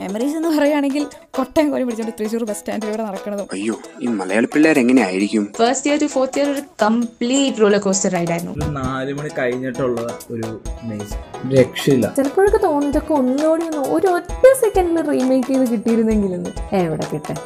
memories എന്ന് പറയുകയാണെങ്കിൽ കൊട്ടയം കോരി പിടിച്ചോണ്ട് തൃശ്ശൂർ ബസ് സ്റ്റാൻഡിലൂടെ നടക്കണതും അയ്യോ ഈ മലയാളി പിള്ളേർ എങ്ങനെയായിരിക്കും first year to fourth year ഒരു കംപ്ലീറ്റ് റോളർ കോസ്റ്റർ റൈഡ് ആയിരുന്നു ഒരു നാല് മണി കഴിഞ്ഞിട്ടുള്ള ഒരു നൈസ് രക്ഷയില്ല ചിലപ്പോഴൊക്കെ തോന്നിയിട്ടൊക്കെ ഒന്നുകൂടി ഒന്ന് ഒരു ഒറ്റ സെക്കൻഡിൽ റീമേക്ക് ചെയ്ത് കിട്ടിയിരുന്നെങ്കിലെന്ന് എവിടെ കിട്ടാൻ